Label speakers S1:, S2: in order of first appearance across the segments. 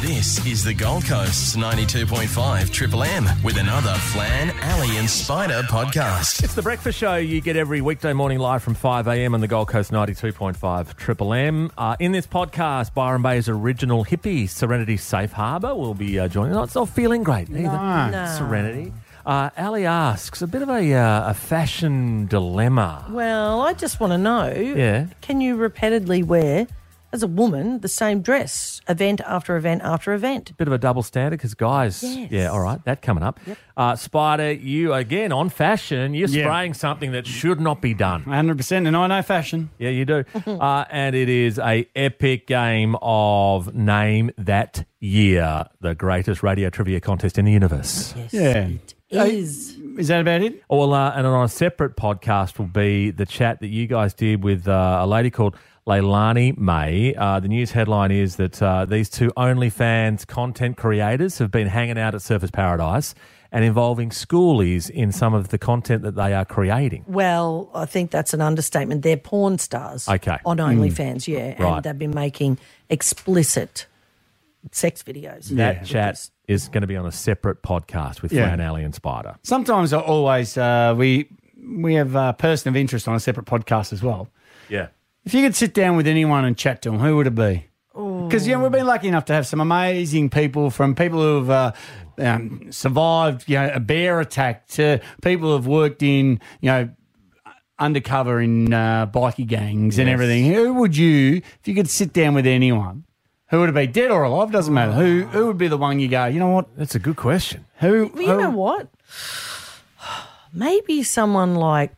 S1: This is the Gold Coast's 92.5 Triple M with another Flan, Alley and Spider podcast.
S2: It's the breakfast show you get every weekday morning live from 5am on the Gold Coast 92.5 Triple M. Uh, in this podcast, Byron Bay's original hippie, Serenity Safe Harbour, will be uh, joining us. Not feeling great either. Serenity. Uh, Ali asks, a bit of a, uh, a fashion dilemma.
S3: Well, I just want to know
S2: Yeah.
S3: can you repeatedly wear, as a woman, the same dress, event after event after event?
S2: Bit of a double standard because guys,
S3: Yes.
S2: yeah, all right, that coming up. Uh, Spider, you again on fashion, you're
S4: Yeah.
S2: spraying something that should not be done.
S4: 100%, and I know fashion.
S2: Yeah, you do. uh, and it is a epic game of name that year, the greatest radio trivia contest in the universe.
S3: Yes.
S4: Yeah.
S3: It is.
S4: Is that about it?
S2: Well, uh, and on a separate podcast will be the chat that you guys did with uh, a lady called Leilani May. Uh, the news headline is that uh, these two OnlyFans content creators have been hanging out at Surface Paradise and involving schoolies in some of the content that they are creating.
S3: Well, I think that's an understatement. They're porn stars.
S2: Okay.
S4: Hmm.
S3: On OnlyFans, yeah.
S2: Right.
S3: And they've been making explicit sex videos.
S2: That
S4: Yeah.
S2: chat is going to be on a separate podcast with
S4: Yeah.
S2: Fran Alley and Spider.
S4: Sometimes I always, uh, we, we have a person of interest on a separate podcast as well.
S2: Yeah.
S4: If you could sit down with anyone and chat to them, who would it be? Because you know we've been lucky enough to have some amazing people from people who have uh, um, survived, you know, a bear attack to people who've worked in, you know, undercover in uh, bikie gangs and everything. Who would you, if you could sit down with anyone, who would it be, dead or alive? Doesn't matter. Who who would be the one you go? You know what?
S2: That's a good question.
S4: Who?
S3: Well, you
S4: who-
S2: Oh.
S3: know what? Maybe someone like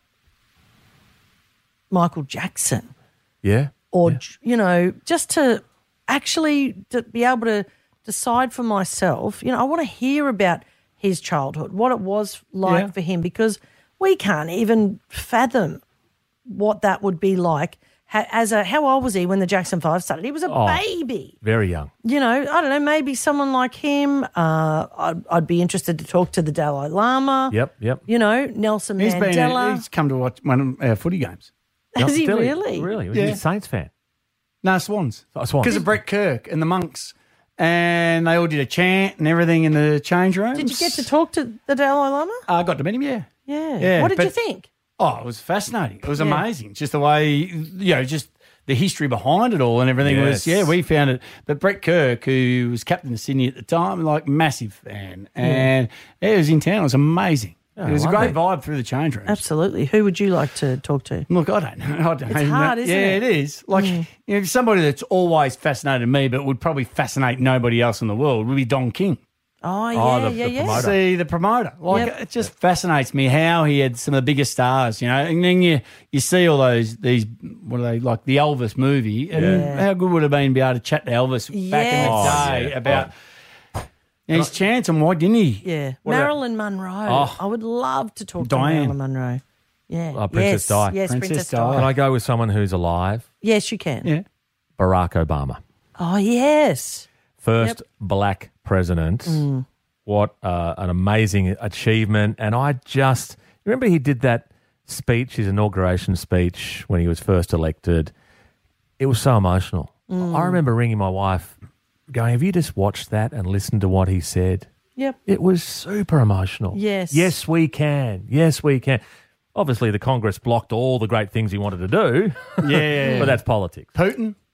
S3: Michael Jackson.
S2: Yeah.
S3: or j you know just to actually to be able to decide for myself you know i want to hear about his childhood what it was like
S4: Yeah.
S3: for him because we can't even fathom what that would be like Ha- as a how old was he when the jackson 5 started he was
S4: Oh.
S3: a baby
S2: Very young.
S3: you know i don't know maybe someone like him uh, I'd, I'd be interested to talk to the dalai lama
S2: Yep, yep.
S3: you know nelson
S4: He's been.
S3: mandela
S4: He's come to watch one of our footy games.
S3: has he
S2: Still,
S3: really
S2: Really? He's
S4: Yeah.
S2: a Saints fan.
S4: No, Swans.
S2: Oh, Swans.
S4: Because of Brett Kirk and the monks. And they all did a chant and everything in the change room.
S3: did you get to talk to the dalai lama
S4: I got to meet him, yeah.
S3: yeah,
S4: Yeah,
S3: what did you
S4: but-
S3: think
S4: Oh, it was fascinating. It was amazing. Just the way, you know, just the history behind it all and everything was,
S2: Yes.
S4: yeah, we found it. But Brett Kirk, who was captain of Sydney at the time, like massive fan. And yeah, it was in town. It was amazing. it was a
S2: lovely.
S4: great vibe through the change room.
S3: Absolutely. Who would you like to talk to?
S4: Look, I don't know. I don't know.
S3: hard,
S4: yeah,
S3: isn't it? Mm.
S4: it is. Like, you know, somebody that's always fascinated me, but would probably fascinate nobody else in the world would be Don King.
S3: Oh, yeah,
S2: the-
S3: yeah,
S2: the
S3: yeah.
S2: promoter.
S4: See the promoter. Like
S3: Yep.
S4: it just fascinates me how he had some of the biggest stars, you know. And then you you see all those these what are they like the Elvis movie, and
S3: Yeah.
S4: how good would it have been to be able to chat to Elvis back in the
S3: Yes.
S4: day
S2: Oh, yeah.
S4: about and his chance and why didn't he?
S3: Yeah.
S4: What about-
S3: Marilyn Monroe.
S4: Oh.
S3: I would love to talk
S4: Diane.
S3: to Marilyn Monroe. Yeah.
S2: Oh, Princess
S3: yes.
S2: Di.
S3: Yes,
S4: Princess
S3: Princess,
S4: Di.
S3: Di.
S2: Can I go with someone who's alive?
S3: Yes, you can.
S4: yeah.
S2: Barack Obama.
S3: Oh, yes.
S2: First
S3: Yep. Mm.
S2: black president. What uh, an amazing achievement. And I just remember he did that speech, his inauguration speech when he was first elected. It was so emotional.
S3: Mm.
S2: I remember ringing my wife going, Have you just watched that and listened to what he said?
S3: Yep.
S2: It was super emotional.
S3: Yes.
S2: Yes, we can. Yes, we can. Obviously, the Congress blocked all the great things he wanted to do,
S4: Yeah, yeah,
S2: but that's politics.
S4: Putin.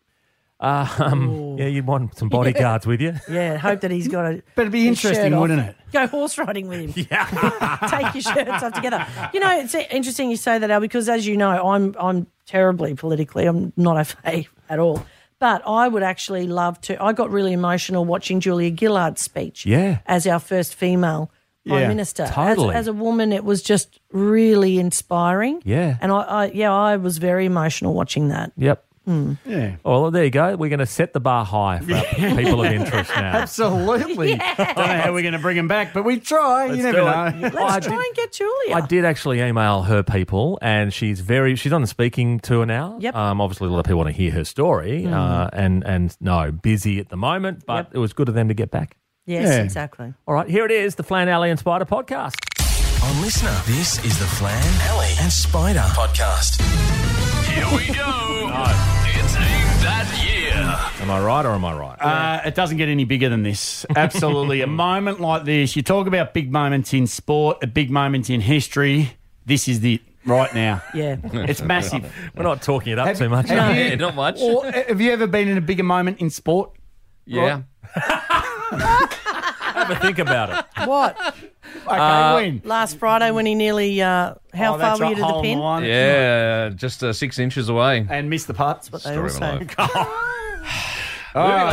S2: Yeah, you'd want some bodyguards with you.
S3: Yeah. Hope that he's got a.
S4: But it'd be
S3: his shirt
S4: interesting,
S3: off.
S4: wouldn't it?
S3: Go horse riding with him. Yeah. Take your shirts off together. You know, it's interesting you say that, Al, because as you know, I'm I'm terribly politically. I'm not a at all. But I would actually love to. I got really emotional watching Julia Gillard's speech.
S2: Yeah.
S3: As our first female
S4: Yeah,
S3: prime minister. As-
S2: totally.
S3: As, a woman, it was just really inspiring.
S2: Yeah.
S3: And I, I yeah, I was very emotional watching that.
S2: Yep.
S4: Yeah.
S2: Well, there you go. We're going to set the bar high for our people of interest now.
S4: Absolutely. Don't know how we're going to bring him back, but we try. you never
S2: do
S4: know.
S2: it.
S3: Let's
S2: I
S3: try
S2: did-
S3: and get Julia.
S2: I did actually email her people, and she's very she's on the speaking tour now.
S3: Yep. Mm.
S2: Um, obviously, a lot of people want to hear her story, uh, and and no, busy at the moment, but it was good of them to get back.
S3: Yes,
S4: Yeah.
S3: exactly.
S2: All right, here it is, the Flan Alley and Spider podcast.
S1: On Listener, this is the Flan, Alley and Spider podcast.
S5: Here we go. It's aimed that year.
S2: Am I right or am I right?
S4: Uh, it doesn't get any bigger than this. Absolutely. a moment like this, you talk about big moments in sport, a big moment in history. This is the right now.
S3: Yeah.
S4: It's massive.
S2: We're not talking it up
S4: Have-
S2: too much.
S4: have
S2: are we?
S4: you-
S5: Yeah, not much.
S4: Or uh, have you ever been in a bigger moment in sport?
S5: yeah.
S2: Have a think about it.
S3: What?
S4: Okay, when?
S3: Last Friday when he nearly, uh, how far
S4: Oh, that's
S3: were you
S4: right,
S3: to the
S4: hold
S3: pin?
S4: on.
S5: Yeah, just uh, six inches away.
S4: And miss the putts.
S3: But they Oh.
S5: Story of my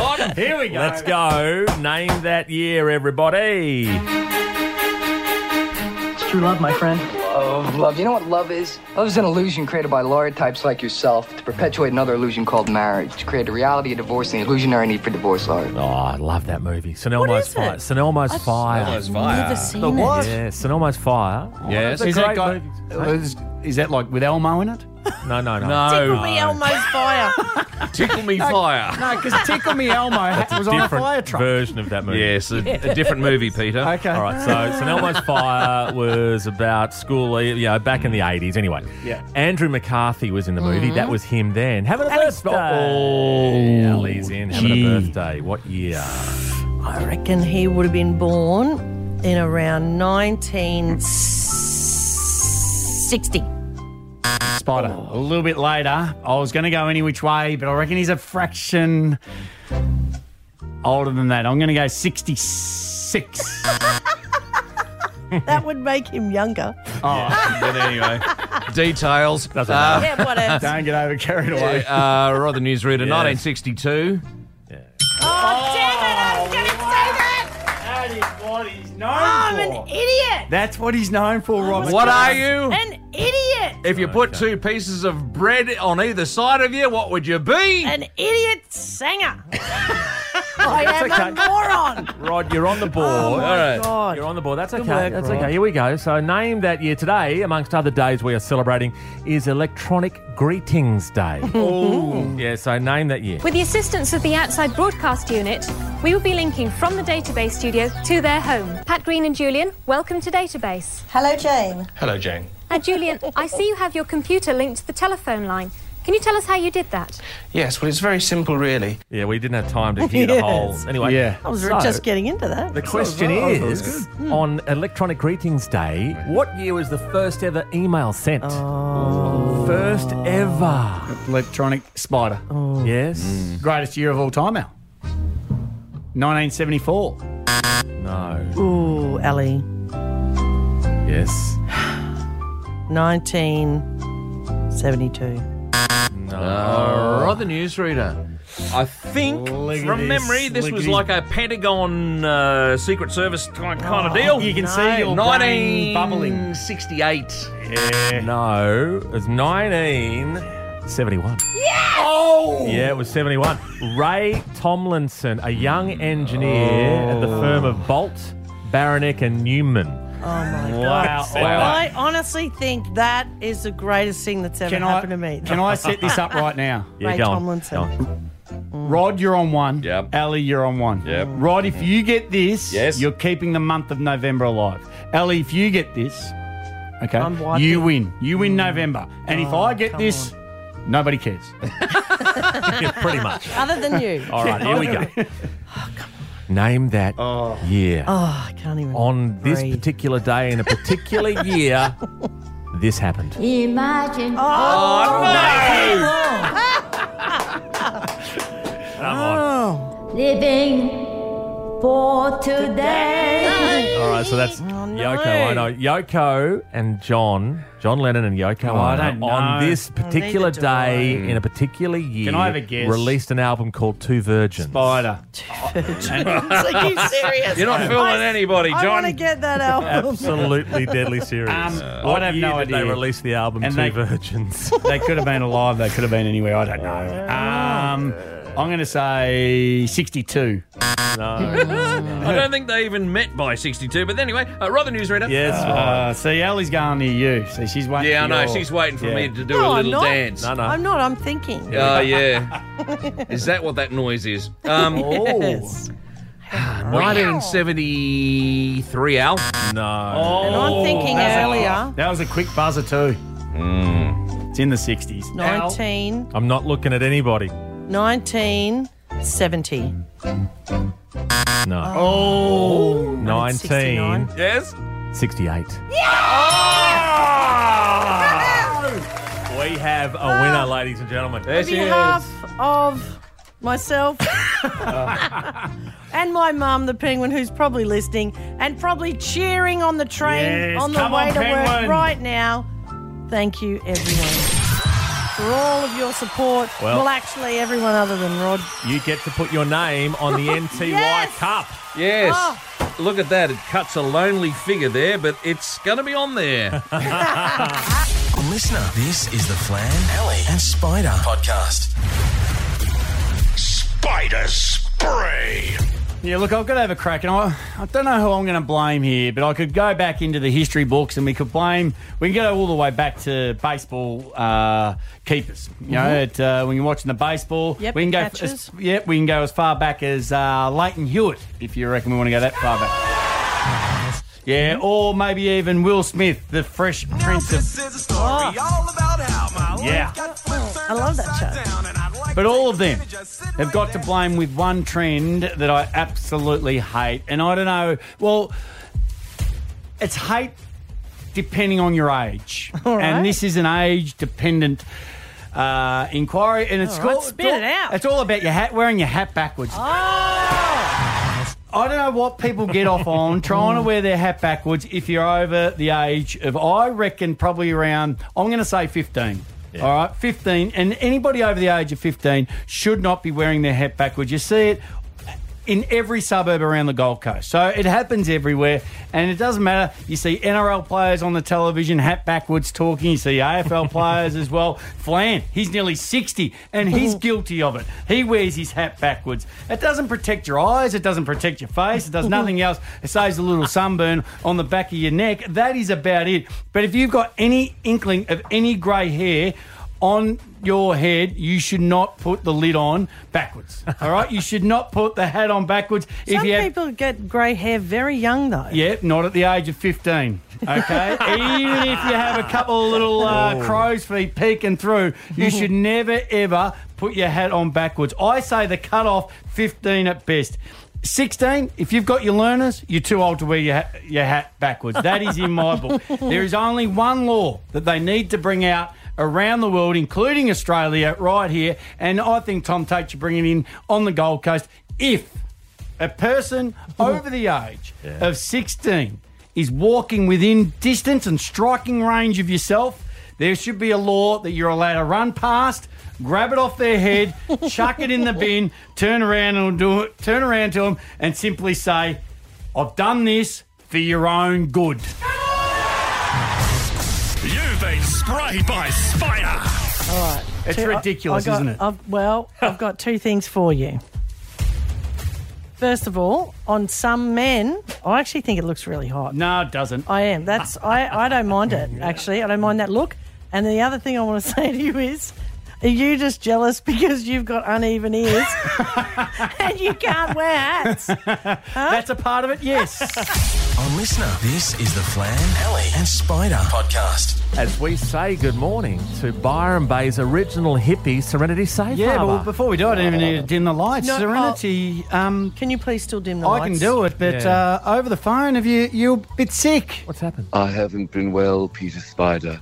S3: also.
S5: life. Moving on.
S4: Here we go.
S2: Let's go. Name that year, everybody.
S6: It's true love, my friend.
S7: Love, love. You know what love is? Love is an illusion created by lawyer types like yourself to perpetuate another illusion called marriage, to create a reality of divorce and the illusionary need for divorce lawyer.
S2: Oh, I love that movie. Sonelmo's
S3: is it?
S2: Fire. Sonelmo's Fire.
S5: Those fire.
S3: Never seen
S4: The
S3: it.
S4: what?
S2: Yeah, Sonelmo's Fire.
S5: Yes.
S4: Is
S2: Great
S4: that, got,
S2: movie.
S4: is, is that like with Elmo in it?
S2: No, no, no.
S3: Tickle
S5: No.
S3: me Elmo's fire.
S5: Tickle me fire.
S4: No, because Tickle Me Elmo was on a fire
S2: Different
S4: truck.
S2: version of that movie.
S5: Yes, a, a different movie, Peter.
S4: Okay.
S2: All right, so Sonelmo's Fire was about school, you know, back in the 80s anyway.
S4: Yeah.
S2: Andrew McCarthy was in the movie. That was him then. Having a
S3: Alex
S2: birthday.
S4: Oh,
S2: Ali's in having
S4: gee.
S2: a birthday. What year?
S3: I reckon he would have been born in around 1960.
S4: Spider. A little bit later. I was going to go any which way, but I reckon he's a fraction older than that. I'm going to go 66.
S3: That would make him younger.
S5: But anyway, details.
S2: Doesn't
S5: Uh,
S2: matter.
S3: Yeah, whatever.
S4: Don't get over carried away.
S5: uh, rather newsreader, 1962.
S4: That is what he's known
S3: I'm an idiot.
S4: That's what he's known for, Robert.
S5: What are you?
S3: An idiot.
S5: If you put two pieces of bread on either side of you, what would you be?
S3: An idiot singer. I am a moron.
S2: Rod, you're on the board.
S3: Oh, my
S5: All right.
S3: God.
S2: You're on the board. That's okay.
S3: work,
S2: That's
S3: Rod.
S2: okay. Here we go. So, name that year today, amongst other days we are celebrating, is Electronic Greetings Day. Ooh. Yeah, so name that year.
S8: With the assistance of the outside broadcast unit, we will be linking from the database studio to their home. Pat Green and Julian, welcome to database.
S9: Hello, Jane.
S10: Hello, Jane.
S8: Now, Julian, I see you have your computer linked to the telephone line. Can you tell us how you did that?
S10: Yes, well, it's very simple, really.
S2: Yeah, we didn't have time to hear the whole. Anyway,
S4: Yeah.
S3: I was
S2: so-
S3: just getting into that.
S2: The question is,
S3: Hmm.
S2: on Electronic Greetings Day, what year was the first ever email sent?
S3: Oh.
S2: First ever.
S4: Electronic Spider.
S2: Yes.
S4: Greatest year of all time, Al. 1974.
S2: No.
S3: Hmm. Ooh, Ali.
S2: Yes.
S3: 1972.
S5: rather newsreader. I think,
S4: Look at
S5: from
S4: this,
S5: memory, this
S4: look
S5: was
S4: at his-
S5: like a Pentagon uh, Secret Service kind, kind of deal.
S4: Oh, You can see your brain bubbling.
S5: 1968.
S2: No. It was 1971.
S5: Oh!
S2: Yeah, it was 71. Ray Tomlinson, a young engineer at the firm of Bolt, Baronick and Newman.
S3: Oh, my
S4: Wow.
S3: God. I honestly think that is the greatest thing that's ever
S4: Can I,
S3: happened to me.
S4: can I set this up right now?
S2: Yeah,
S3: Ray
S2: go on,
S3: Tomlinson.
S2: go on.
S4: Rod, you're on one.
S5: Yep.
S4: Ali, you're on one.
S5: Yep.
S4: Rod, if you get this,
S5: Yes.
S4: you're keeping the month of November alive. Ali, if you get this, okay,
S3: I'm wiping.
S4: you win. You win November. And if
S3: Oh,
S4: I get
S3: come
S4: this, nobody cares.
S2: Yeah, pretty much.
S3: Other than you.
S2: All right, here we go. Name that year.
S3: Oh, I can't even.
S2: on this
S3: breathe.
S2: particular day in a particular year, this happened.
S9: Imagine. Oh, Living for today.
S2: All right, so that's
S3: Oh,
S2: Yoko Ono. Yoko and John, John Lennon and Yoko Ono,
S4: Oh, I don't
S2: on
S4: know.
S2: this particular
S3: Oh, neither do I.
S2: day in a particular year,
S4: I have a guess?
S2: released an album called Two Virgins.
S4: Spider.
S3: It's like, you serious?
S5: You're not fooling anybody,
S3: I
S5: John.
S3: want to get that album.
S2: Absolutely deadly serious.
S4: Um,
S2: what
S4: I'd have
S2: year
S4: no
S2: did they
S4: idea.
S2: released the album
S4: And
S2: Two
S4: they-
S2: Virgins?
S4: they could have been alive. They could have been anywhere. I don't know. Um, I'm going to say 62.
S5: I don't think they even met by 62, but anyway, uh, rather newsreader.
S2: yes.
S4: Uh, see, Ellie's going to you. See, she's waiting.
S5: Yeah, I
S4: for
S5: know.
S4: your-
S5: She's waiting for
S4: Yeah.
S5: me to do
S3: No,
S5: a
S3: I'm
S5: little
S3: not.
S5: dance.
S2: No, no.
S3: I'm not. I'm thinking.
S5: Oh, yeah. Is that what that noise is? Um,
S3: Yes.
S5: 1973, Al.
S2: no.
S3: And I'm thinking earlier,
S4: That was a quick buzzer too.
S5: Mm.
S4: It's in the 60s. Al,
S3: 19,
S2: I'm not looking at anybody.
S3: 1970. 70.
S2: No.
S4: Oh.
S2: 1968.
S3: 69.
S5: Yes?
S2: We have a winner, ladies and gentlemen.
S5: There
S3: On
S5: she is.
S3: behalf of myself and my mum, the penguin, who's probably listening and probably cheering on the train
S4: Yes,
S3: on the
S4: come
S3: way
S4: on,
S3: to
S4: Penguin.
S3: work right now. Thank you, everyone. For all of your support.
S2: Well-
S3: Well, actually, everyone other than Rod.
S2: You get to put your name on the NTY
S3: Yes.
S2: Cup.
S5: Yes.
S3: Oh.
S5: Look at that. It cuts a lonely figure there, but it's going to be on there.
S1: Listener, this is the Flan, Alley, and Spider podcast.
S6: Spider spray.
S4: Yeah, look, I've got to have a crack, and I, I don't know who I'm going to blame here, but I could go back into the history books, and we could blame. We can go all the way back to baseball uh, keepers. You know, at, uh, when you're watching the baseball,
S3: Mm-hmm. Yep,
S4: we can go.
S3: catches.
S4: As, yep, we can go as far back as uh, Leighton Hewitt, if you reckon we want to go that far back. Yeah, or maybe even Will Smith, the fresh prince of
S6: is a story all about how my
S4: Yeah.
S6: got flipped
S3: Ah. I love that show.
S6: down, and I'd like
S4: But
S6: to
S4: all
S6: take
S4: of them
S6: advantage sitting
S4: have
S6: right
S4: got to
S6: there.
S4: blame with one trend that I absolutely hate. And I don't know, well, it's hate depending on your age.
S3: All right.
S4: And this is an age dependent uh, inquiry. And it's
S3: All right,
S4: all-
S3: spit
S4: it's all,
S3: it out.
S4: It's all about your hat, wearing your hat backwards.
S3: Oh!
S4: I don't know what people get off on trying to wear their hat backwards if you're over the age of, I reckon, probably around, I'm going to say 15. All right, 15. And anybody over the age of 15 should not be wearing their hat backwards. You see it in every suburb around the Gold Coast. So it happens everywhere, and it doesn't matter. You see NRL players on the television, hat backwards talking. You see AFL players as well. Flan, he's nearly 60, and he's guilty of it. He wears his hat backwards. It doesn't protect your eyes, it doesn't protect your face, it does nothing else. It saves a little sunburn on the back of your neck. That is about it. But if you've got any inkling of any grey hair, on your head, you should not put the lid on backwards. All right, you should not put the hat on backwards.
S3: Some
S4: you have-
S3: people get grey hair very young, though.
S4: Yep, not at the age of 15. Okay? Even if you have a couple of little uh, crow's feet peeking through, you should never, ever put your hat on backwards. I say the cutoff 15 at best. 16, if you've got your learners, you're too old to wear your, ha- your hat backwards. That is in my book. There is only one law that they need to bring out around the world, including Australia, right here. And I think Tom Tate should bring it in on the Gold Coast if a person over the age of 16 is walking within distance and striking range of yourself, there should be a law that you're allowed to run past, grab it off their head, chuck it in the bin, turn around and do it, turn around to them and simply say, "I've done this for your own good."
S6: You've been sprayed by spider.
S3: All right.
S4: It's
S3: Two- I-
S4: ridiculous,
S3: I got-
S4: isn't it?
S3: I've, well, I've got two things for you. First of all, on some men, I actually think it looks really hot.
S4: no, it doesn't.
S3: I am. That's I, I don't mind it actually. I don't mind that look. And the other thing I want to say to you is are you just jealous because you've got uneven ears and you can't wear hats?
S4: That's a part of it. Yes.
S1: On listener, this is the Flan, Alley, and Spider podcast.
S2: As we say good morning to Byron Bay's original hippie, Serenity Safe
S4: yeah, but
S2: Harbour.
S4: before we do it, I don't even need to dim the lights.
S3: No,
S4: Serenity, um,
S3: Can you please still dim the
S4: I
S3: lights?
S4: can do it, but
S2: Yeah.
S4: uh, over the phone, have you? You're a bit sick.
S2: What's happened?
S11: I haven't been well, Peter Spider.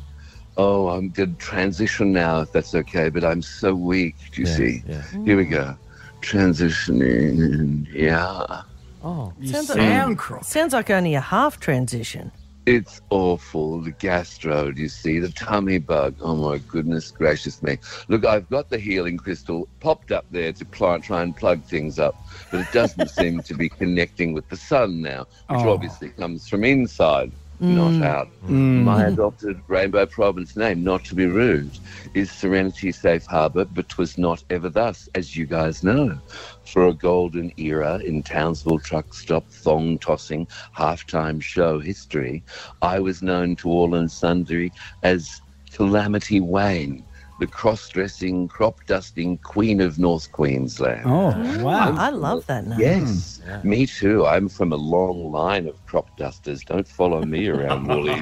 S11: Oh, I'm going to transition now, if that's okay, but I'm so weak, do you
S2: Yeah,
S11: see?
S2: yeah.
S5: Mm.
S11: Here we go. Transitioning, yeah.
S2: Oh,
S4: You
S3: Sounds like-
S4: sound crook.
S3: Sounds like only a half transition.
S11: It's awful. The gastro, do you see? The tummy bug. Oh, my goodness gracious me. Look, I've got the healing crystal popped up there to pl- try and plug things up, but it doesn't seem to be connecting with the sun now, which
S4: Oh.
S11: obviously comes from inside, not out.
S2: Mm.
S11: My adopted Rainbow Province name, not to be rude, is Serenity Safe Harbour, but 'twas not ever thus, as you guys know. For a golden era in Townsville truck stop, thong tossing, halftime show history, I was known to all and sundry as Calamity Wayne, the cross dressing, crop dusting queen of North Queensland.
S4: Oh, wow.
S3: I love that name.
S11: Yes, me too. I'm from a long line of crop dusters. Don't follow me around, Wooly.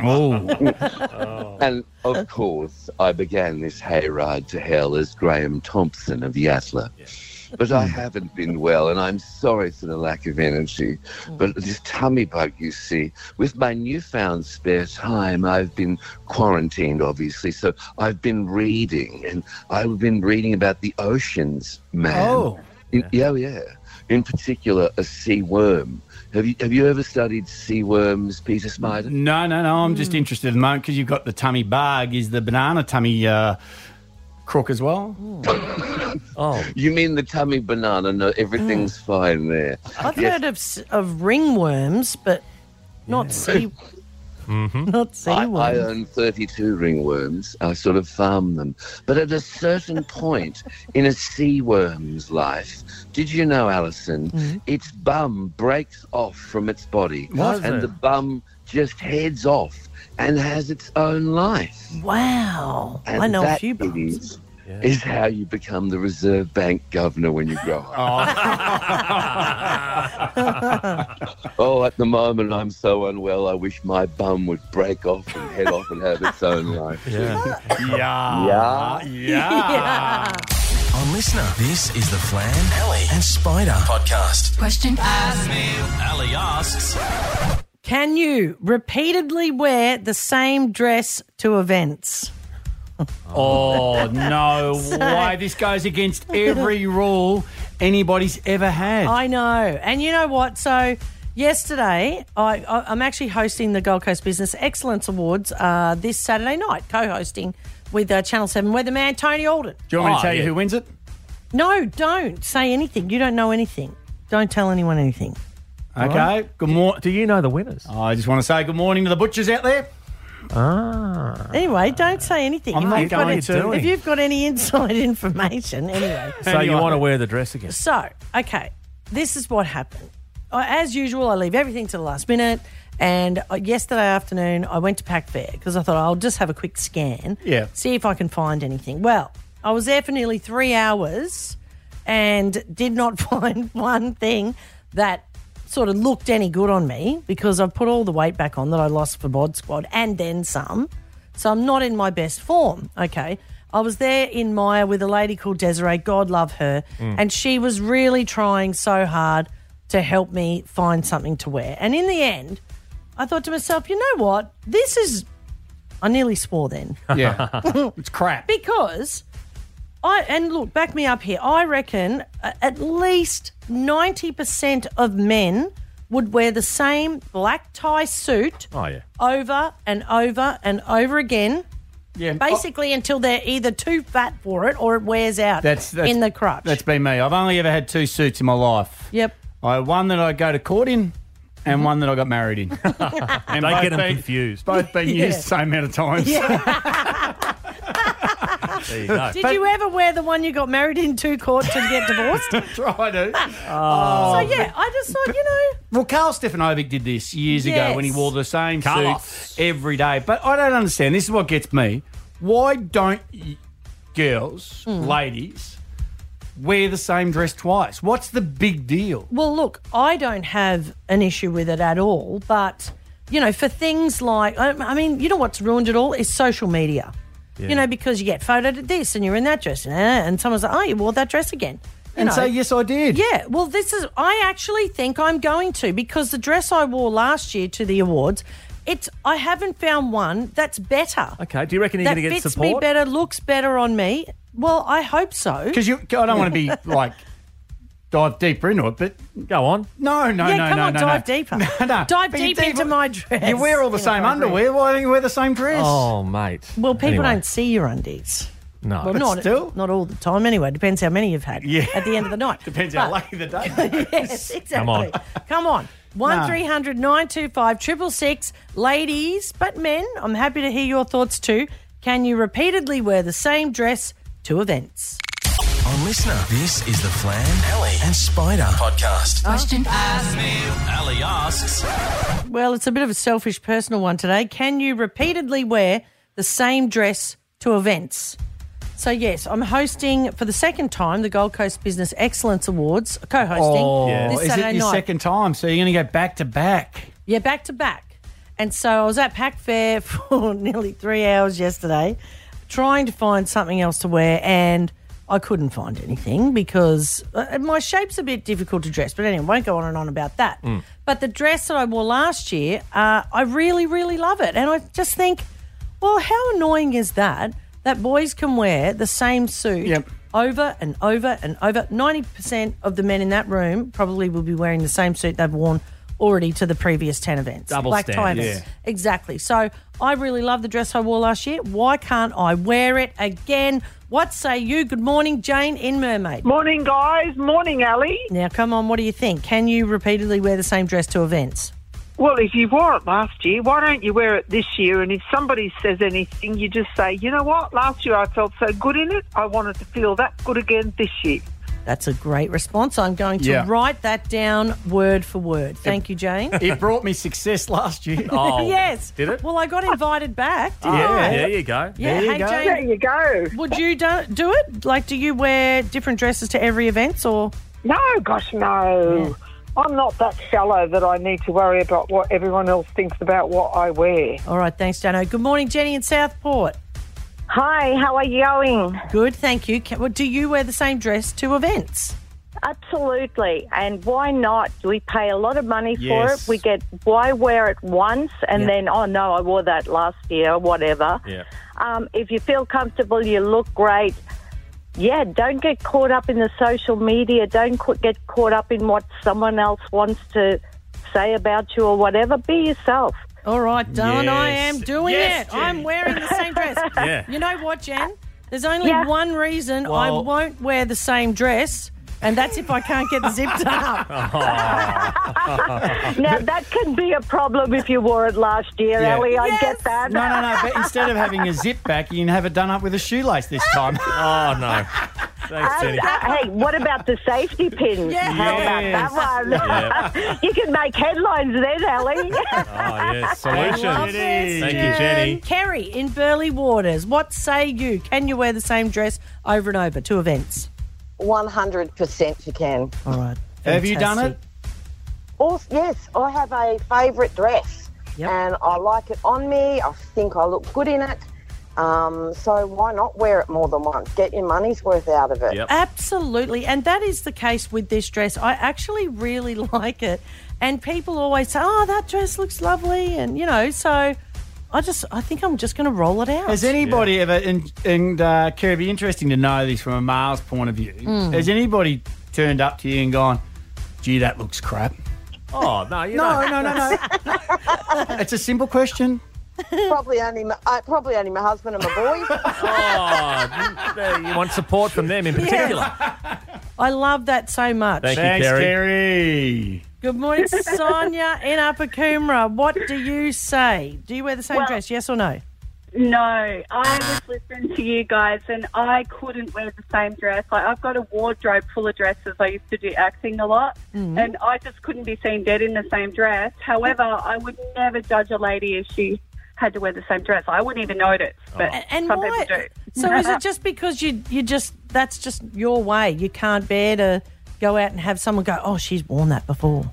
S4: Oh,
S11: And of course, I began this hayride to hell as Graham Thompson of Yatla. But I haven't been well, and I'm sorry for the lack of energy. But this tummy bug, you see, with my newfound spare time, I've been quarantined, obviously. So I've been reading, and I've been reading about the oceans, man.
S6: Oh.
S11: In, yeah, oh, yeah. In particular, a sea worm. Have you have you ever studied sea worms, Peter Smider?
S4: No, no, no. I'm just interested at the moment because you've got the tummy bug. Is the banana tummy uh, crook as well?
S11: Oh. You mean the tummy banana? No, everything's fine there.
S3: Mm. I've heard of s- of ringworms, but not sea. Not sea
S11: I, uh, I
S3: worms.
S11: own 32 ringworms. I sort of farm them. But at a certain point in a sea worm's life, did you know, Alison,
S3: Mm.
S11: its bum breaks off from its body.
S6: What?
S11: And the bum just heads off and has its own life.
S3: Wow.
S11: And
S3: I know a
S11: that,
S3: few.
S11: it is, is how you become the Reserve Bank governor when you grow up. oh, at the moment I'm so unwell. I wish my bum would break off and head off and have its own life.
S6: Yeah.
S11: yeah,
S6: Yeah.
S1: On Listener, this is the Flan, Alley, and Spider podcast.
S3: Question.
S1: Ask me. Alley asks.
S3: Can you repeatedly wear the same dress to events?
S4: Oh no
S3: So-
S4: way! This goes against every rule anybody's ever had.
S3: I know. And you know what? So yesterday, I, I, I'm actually hosting the Gold Coast Business Excellence Awards uh, this Saturday night, co-hosting with uh, Channel 7 weatherman Tony Alden.
S4: Do you want me to tell you who wins it?
S3: No, don't say anything. You don't know anything. Don't tell anyone anything.
S4: Okay. Good morning. Do you know the winners? I just want to say good morning to the butchers out there. Ah.
S3: Anyway, don't say anything.
S4: I'm
S3: If
S4: not
S3: you've got
S4: going
S3: any-
S4: to.
S3: If you've got any inside information, anyway.
S2: So you want to wear the dress again?
S3: So, okay, this is what happened. I, as usual, I leave everything to the last minute. And uh, yesterday afternoon, I went to Pack Fair because I thought I'll just have a quick scan,
S6: Yeah.
S3: see if I can find anything. Well, I was there for nearly three hours and did not find one thing that sort of looked any good on me because I've put all the weight back on that I lost for Bod Squad and then some. So I'm not in my best form. Okay. I was there in Maya with a lady called Desiree, God love her,
S12: Mm.
S3: and she was really trying so hard to help me find something to wear. And in the end, I thought to myself, you know what? This is. I nearly swore then.
S4: Yeah. it's crap.
S3: Because I and look, back me up here. I reckon uh, at least 90% of men would wear the same black tie suit
S2: Oh, yeah.
S3: over and over and over again.
S4: Yeah.
S3: Basically until they're either too fat for it or it wears out
S4: That's, that's
S3: in the crotch.
S4: That's been me. I've only ever had two suits in my life.
S3: Yep.
S4: I one that I go to court in, and one that I got married in. and
S2: Don't
S4: both
S2: get 'em
S4: been-
S2: confused.
S4: Both been
S2: Yeah.
S4: used the same amount of times.
S2: There you
S4: go.
S3: Did
S4: But-
S3: you ever wear the one you got married in to court to get divorced?
S4: Try to.
S3: Ah.
S4: Oh,
S3: so yeah, I just thought, you know,
S4: eh? Well, Carl Stefanovic did this years
S3: Yes.
S4: ago when he wore the same
S2: Carlos.
S4: suit every day. But I don't understand. This is what gets me. Why don't y- girls,
S3: Hmm.
S4: ladies, wear the same dress twice? What's the big deal?
S3: Well, look, I don't have an issue with it at all, but you know, for things like, I, I mean, you know what's ruined it all is social media.
S4: Yeah.
S3: You know, because you get photoed at this and you're in that dress, and, and someone's like, "Oh, you wore that dress again," you
S4: And
S3: know.
S4: say, yes, I did.
S3: Yeah, well, this is. I actually think I'm going to because the dress I wore last year to the awards, it's. I haven't found one that's better.
S2: Okay. Do you reckon you're
S3: that
S2: going to get
S3: fits
S2: support?
S3: me better, looks better on me. Well, I hope so.
S4: Because you, I don't want to be like dive deeper into it, but
S2: go on.
S4: No, no,
S3: yeah,
S4: no,
S3: come
S4: no,
S3: on,
S4: no,
S3: dive
S4: no.
S3: deeper.
S4: No, no.
S3: Dive
S4: But you
S3: deep into my dress.
S4: You wear all the
S3: You know,
S4: same
S3: I agree.
S4: underwear. Why don't you wear the same dress?
S2: Oh, mate.
S3: Well, people
S2: Anyway.
S3: don't see your undies.
S2: No.
S3: well,
S2: But
S3: not
S2: still.
S3: not all the time. Anyway, depends how many you've had.
S2: Yeah.
S3: at the end of the night.
S4: Depends
S3: But-
S4: how lucky the day. is.
S3: yes, exactly.
S2: Come on.
S3: Come on. One
S4: No.
S3: three hundred nine two five triple six, ladies, but men. I'm happy to hear your thoughts too. Can you repeatedly wear the same dress to events?
S1: On Listener, this is the Flan, Alley, and Spider podcast.
S3: Question.
S1: Ask me. Alley asks.
S3: Well, it's a bit of a selfish personal one today. Can you repeatedly wear the same dress to events? So, yes, I'm hosting for the second time the Gold Coast Business Excellence Awards, co hosting this
S4: Oh, is
S3: Saturday
S4: it your
S3: night.
S4: second time? So you're going to go back to back?
S3: Yeah, back to back. And so I was at Pack Fair for nearly three hours yesterday trying to find something else to wear. And I couldn't find anything because uh, my shape's a bit difficult to dress. But anyway, won't go on and on about that.
S13: Mm.
S3: But the dress that I wore last year, uh, I really, really love it. And I just think, well, how annoying is that? That boys can wear the same suit over and over and over. 90% of the men in that room probably will be wearing the same suit they've worn already to the previous 10 events.
S13: Double
S3: Black
S13: standards.
S3: tie events. Exactly. So I really love the dress I wore last year. Why can't I wear it again? What say you? Good morning, Jane in Mermaid.
S14: Morning, guys. Morning, Ali.
S3: Now, come on, what do you think? Can you repeatedly wear the same dress to events?
S14: Well, if you wore it last year, why don't you wear it this year? And if somebody says anything, you just say, you know what? Last year I felt so good in it. I wanted to feel that good again this year.
S3: That's a great response. I'm going to
S14: Yeah.
S3: write that down word for word. Thank you, Jane.
S4: It brought me success last year.
S3: yes. Did it? Well, I got invited back, didn't I?
S2: go.
S3: Yeah, hey, Jane.
S14: you go.
S3: Would you do, do it? Like, do you wear different dresses to every event or?
S14: No, gosh, no. I'm not that shallow that I need to worry about what everyone else thinks about what I wear.
S3: All right, thanks, Dano. Good morning, Jenny in Southport.
S8: Hi, how are you going?
S3: Good, thank you. Ca- well, Do you wear the same dress to events?
S8: Absolutely. And why not? We pay a lot of money
S3: Yes.
S8: for it. We get, why wear it once and
S3: Yeah.
S8: then, oh no, I wore that last year, whatever.
S13: Yeah.
S8: Um, if you feel comfortable, you look great. Yeah, don't get caught up in the social media. Don't co- get caught up in what someone else wants to say about you or whatever. Be yourself.
S3: All right, Darling, I
S8: Yes.
S3: am doing
S8: Yes,
S3: it.
S8: Jenny.
S3: I'm wearing the same dress.
S8: Yeah.
S3: You know what, Jen? There's only
S8: Yeah.
S3: one reason I
S2: Well-
S3: won't wear the same dress, and that's if I can't get zipped up.
S8: now that can be a problem if you wore it last year,
S4: Yeah.
S8: Ellie. I
S4: Yes.
S8: get that.
S4: No, no, no. But instead of having a zip back, you can have it done up with a shoelace this time.
S2: oh, no. Thanks,
S8: And, uh, hey, what about the safety pin? How
S4: Yes.
S8: about that one? you can make headlines then, Ellie.
S2: Oh, yes.
S3: I
S2: Solutions.
S3: love this,
S2: Thank you, Jenny.
S3: Um, Kerry in Burley Waters. What say you? Can you wear the same dress over and over to events?
S15: 100% you can.
S3: All right.
S4: Have you done
S3: Fantastic.
S15: Also, yes, I have a favourite dress and I like it on me. I think I look good in it. Um, so why not wear it more than once? Get your money's worth out of it.
S3: Absolutely. And that is the case with this dress. I actually really like it. And people always say, oh, that dress looks lovely. And, you know, so I just, I think I'm just going to roll it out.
S4: Has anybody ever, and, and uh, Kerry, it'd be interesting to know this from a male's point of view.
S3: Mm.
S4: Has anybody turned up to you and gone, gee, that looks crap?
S2: Oh, no, you
S4: No,
S2: don't.
S4: no, no, no. it's a simple question.
S15: probably only my, uh, probably only my husband and my boys.
S2: Oh, you- uh, you want support from them in particular.
S3: I love that so much.
S2: Thank you, Kerry.
S3: Good morning, Sonia in Upper Coomera. What do you say? Do you wear the same
S11: Well-
S3: dress, yes or no?
S11: No, I was listening to you guys and I couldn't wear the same dress. Like, I've got a wardrobe full of dresses. I used to do acting a lot
S3: Mm-hmm.
S16: Mhm.
S11: and I just couldn't be seen dead in the same dress. However, I would never judge a lady if she had to wear the same dress. I wouldn't even notice, but
S3: A- and
S11: some
S3: why-
S11: people do.
S3: So is it just because you you just that's just your way? You can't bear to go out and have someone go, "Oh, she's worn that before."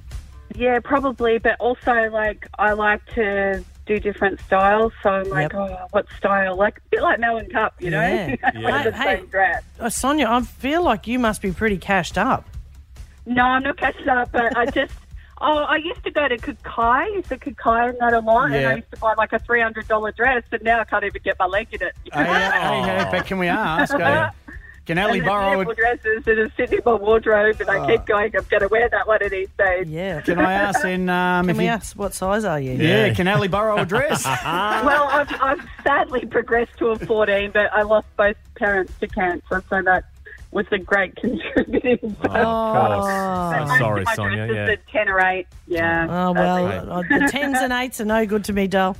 S11: Yeah, probably, but also like I like to do different styles, so I'm like, oh, what style? Like a bit like Melon Cup, you know?
S3: Yeah.
S11: I wear the
S3: Yeah.
S11: same dress.
S3: Oh, Sonia, I feel like you must be pretty cashed up.
S11: No, I'm not catching up, but I just. Oh, I used to go to Kukai. Is it Kukai and that a lot? And
S4: Yeah.
S11: I used to buy like a three hundred dollar dress, and now I can't even get my leg in it.
S4: Hey, hey, hey, but can we ask? uh, can
S11: And
S4: Ellie
S11: there's
S4: borrow
S11: beautiful dresses that are sitting in my wardrobe, and
S3: Ah.
S11: I keep going. I'm going to wear that one of these days.
S3: Yeah.
S4: Can I ask then? Um,
S3: Can
S4: if
S3: we
S4: you-
S3: ask what size are you?
S4: Yeah, can Ellie borrow a dress?
S11: well, I've, I've sadly progressed to a 14, but I lost both parents to cancer, so that was a great contributing. Oh,
S2: course. I'm sorry, Sonia, yeah.
S11: The 10 or 8, yeah.
S3: Oh well, uh, the tens and eights are no good to me, doll.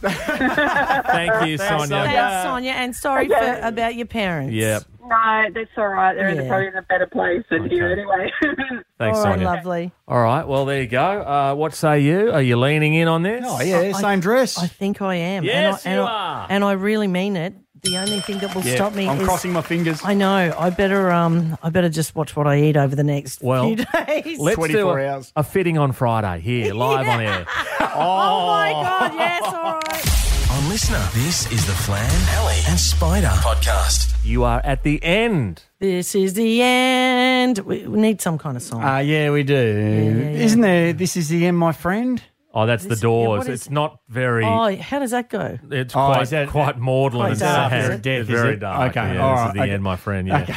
S2: Thank you, Sonia.
S3: Thanks, Sonia, and sorry for about your parents.
S2: Yep.
S11: No, that's all right. They're in
S3: Yeah.
S11: a, probably in a better place than here anyway.
S2: Thanks,
S3: All right,
S2: Sonia.
S3: lovely.
S2: All right. Well, there you go. Uh, what say you? Are you leaning in on this?
S4: Oh,
S3: I- I think I am.
S2: Yes,
S3: and
S2: you
S3: I, and I-
S2: are.
S3: and I really mean it. The only thing that will
S2: Yeah,
S3: stop me
S2: I'm
S3: is
S2: crossing
S4: my fingers.
S3: I know. I better um I better just watch what I eat over the next
S2: Well,
S3: few days.
S2: let's do a, a fitting on Friday here, live on air.
S3: Oh my god, yes, all right.
S1: on Listener. This is the Flan, Alley, and Spider podcast.
S2: You are at the end.
S3: This is the end. We we need some kind of song.
S4: Ah, yeah, we do. Isn't there? This is the end, my friend.
S2: Oh, that's the doors.
S3: what is-
S2: it's not very.
S3: oh, how does that go?
S2: It's
S4: Oh,
S2: quite
S4: is that-
S2: quite maudlin
S4: quite
S2: and
S4: dark,
S2: sad.
S4: is it?
S2: It's
S4: Death, is
S2: very
S4: it?
S2: dark.
S4: Okay,
S2: yeah,
S4: all
S2: this
S4: right,
S2: is the
S4: okay.
S2: end, my friend. Yeah.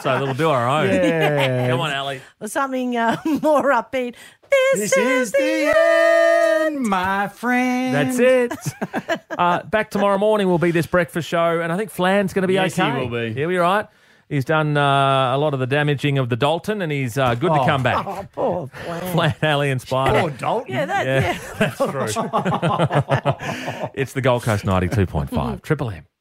S2: so we'll do our own.
S3: Yeah.
S2: Come on, Ali.
S3: Or something uh, more upbeat. This,
S4: This is the end, my friend.
S2: That's it. uh, back tomorrow morning will be this breakfast show, and I think Flan's going to be
S4: Yes, he
S2: okay.
S4: will be.
S2: He'll be all right. He's done uh, a lot of the damaging of the Dalton, and he's uh, good to come back.
S3: Oh, poor Flan.
S2: Flan, Ali, and Spider.
S4: Poor Dalton.
S3: Yeah, that, yeah.
S2: It's the Gold Coast 92.5, Triple M.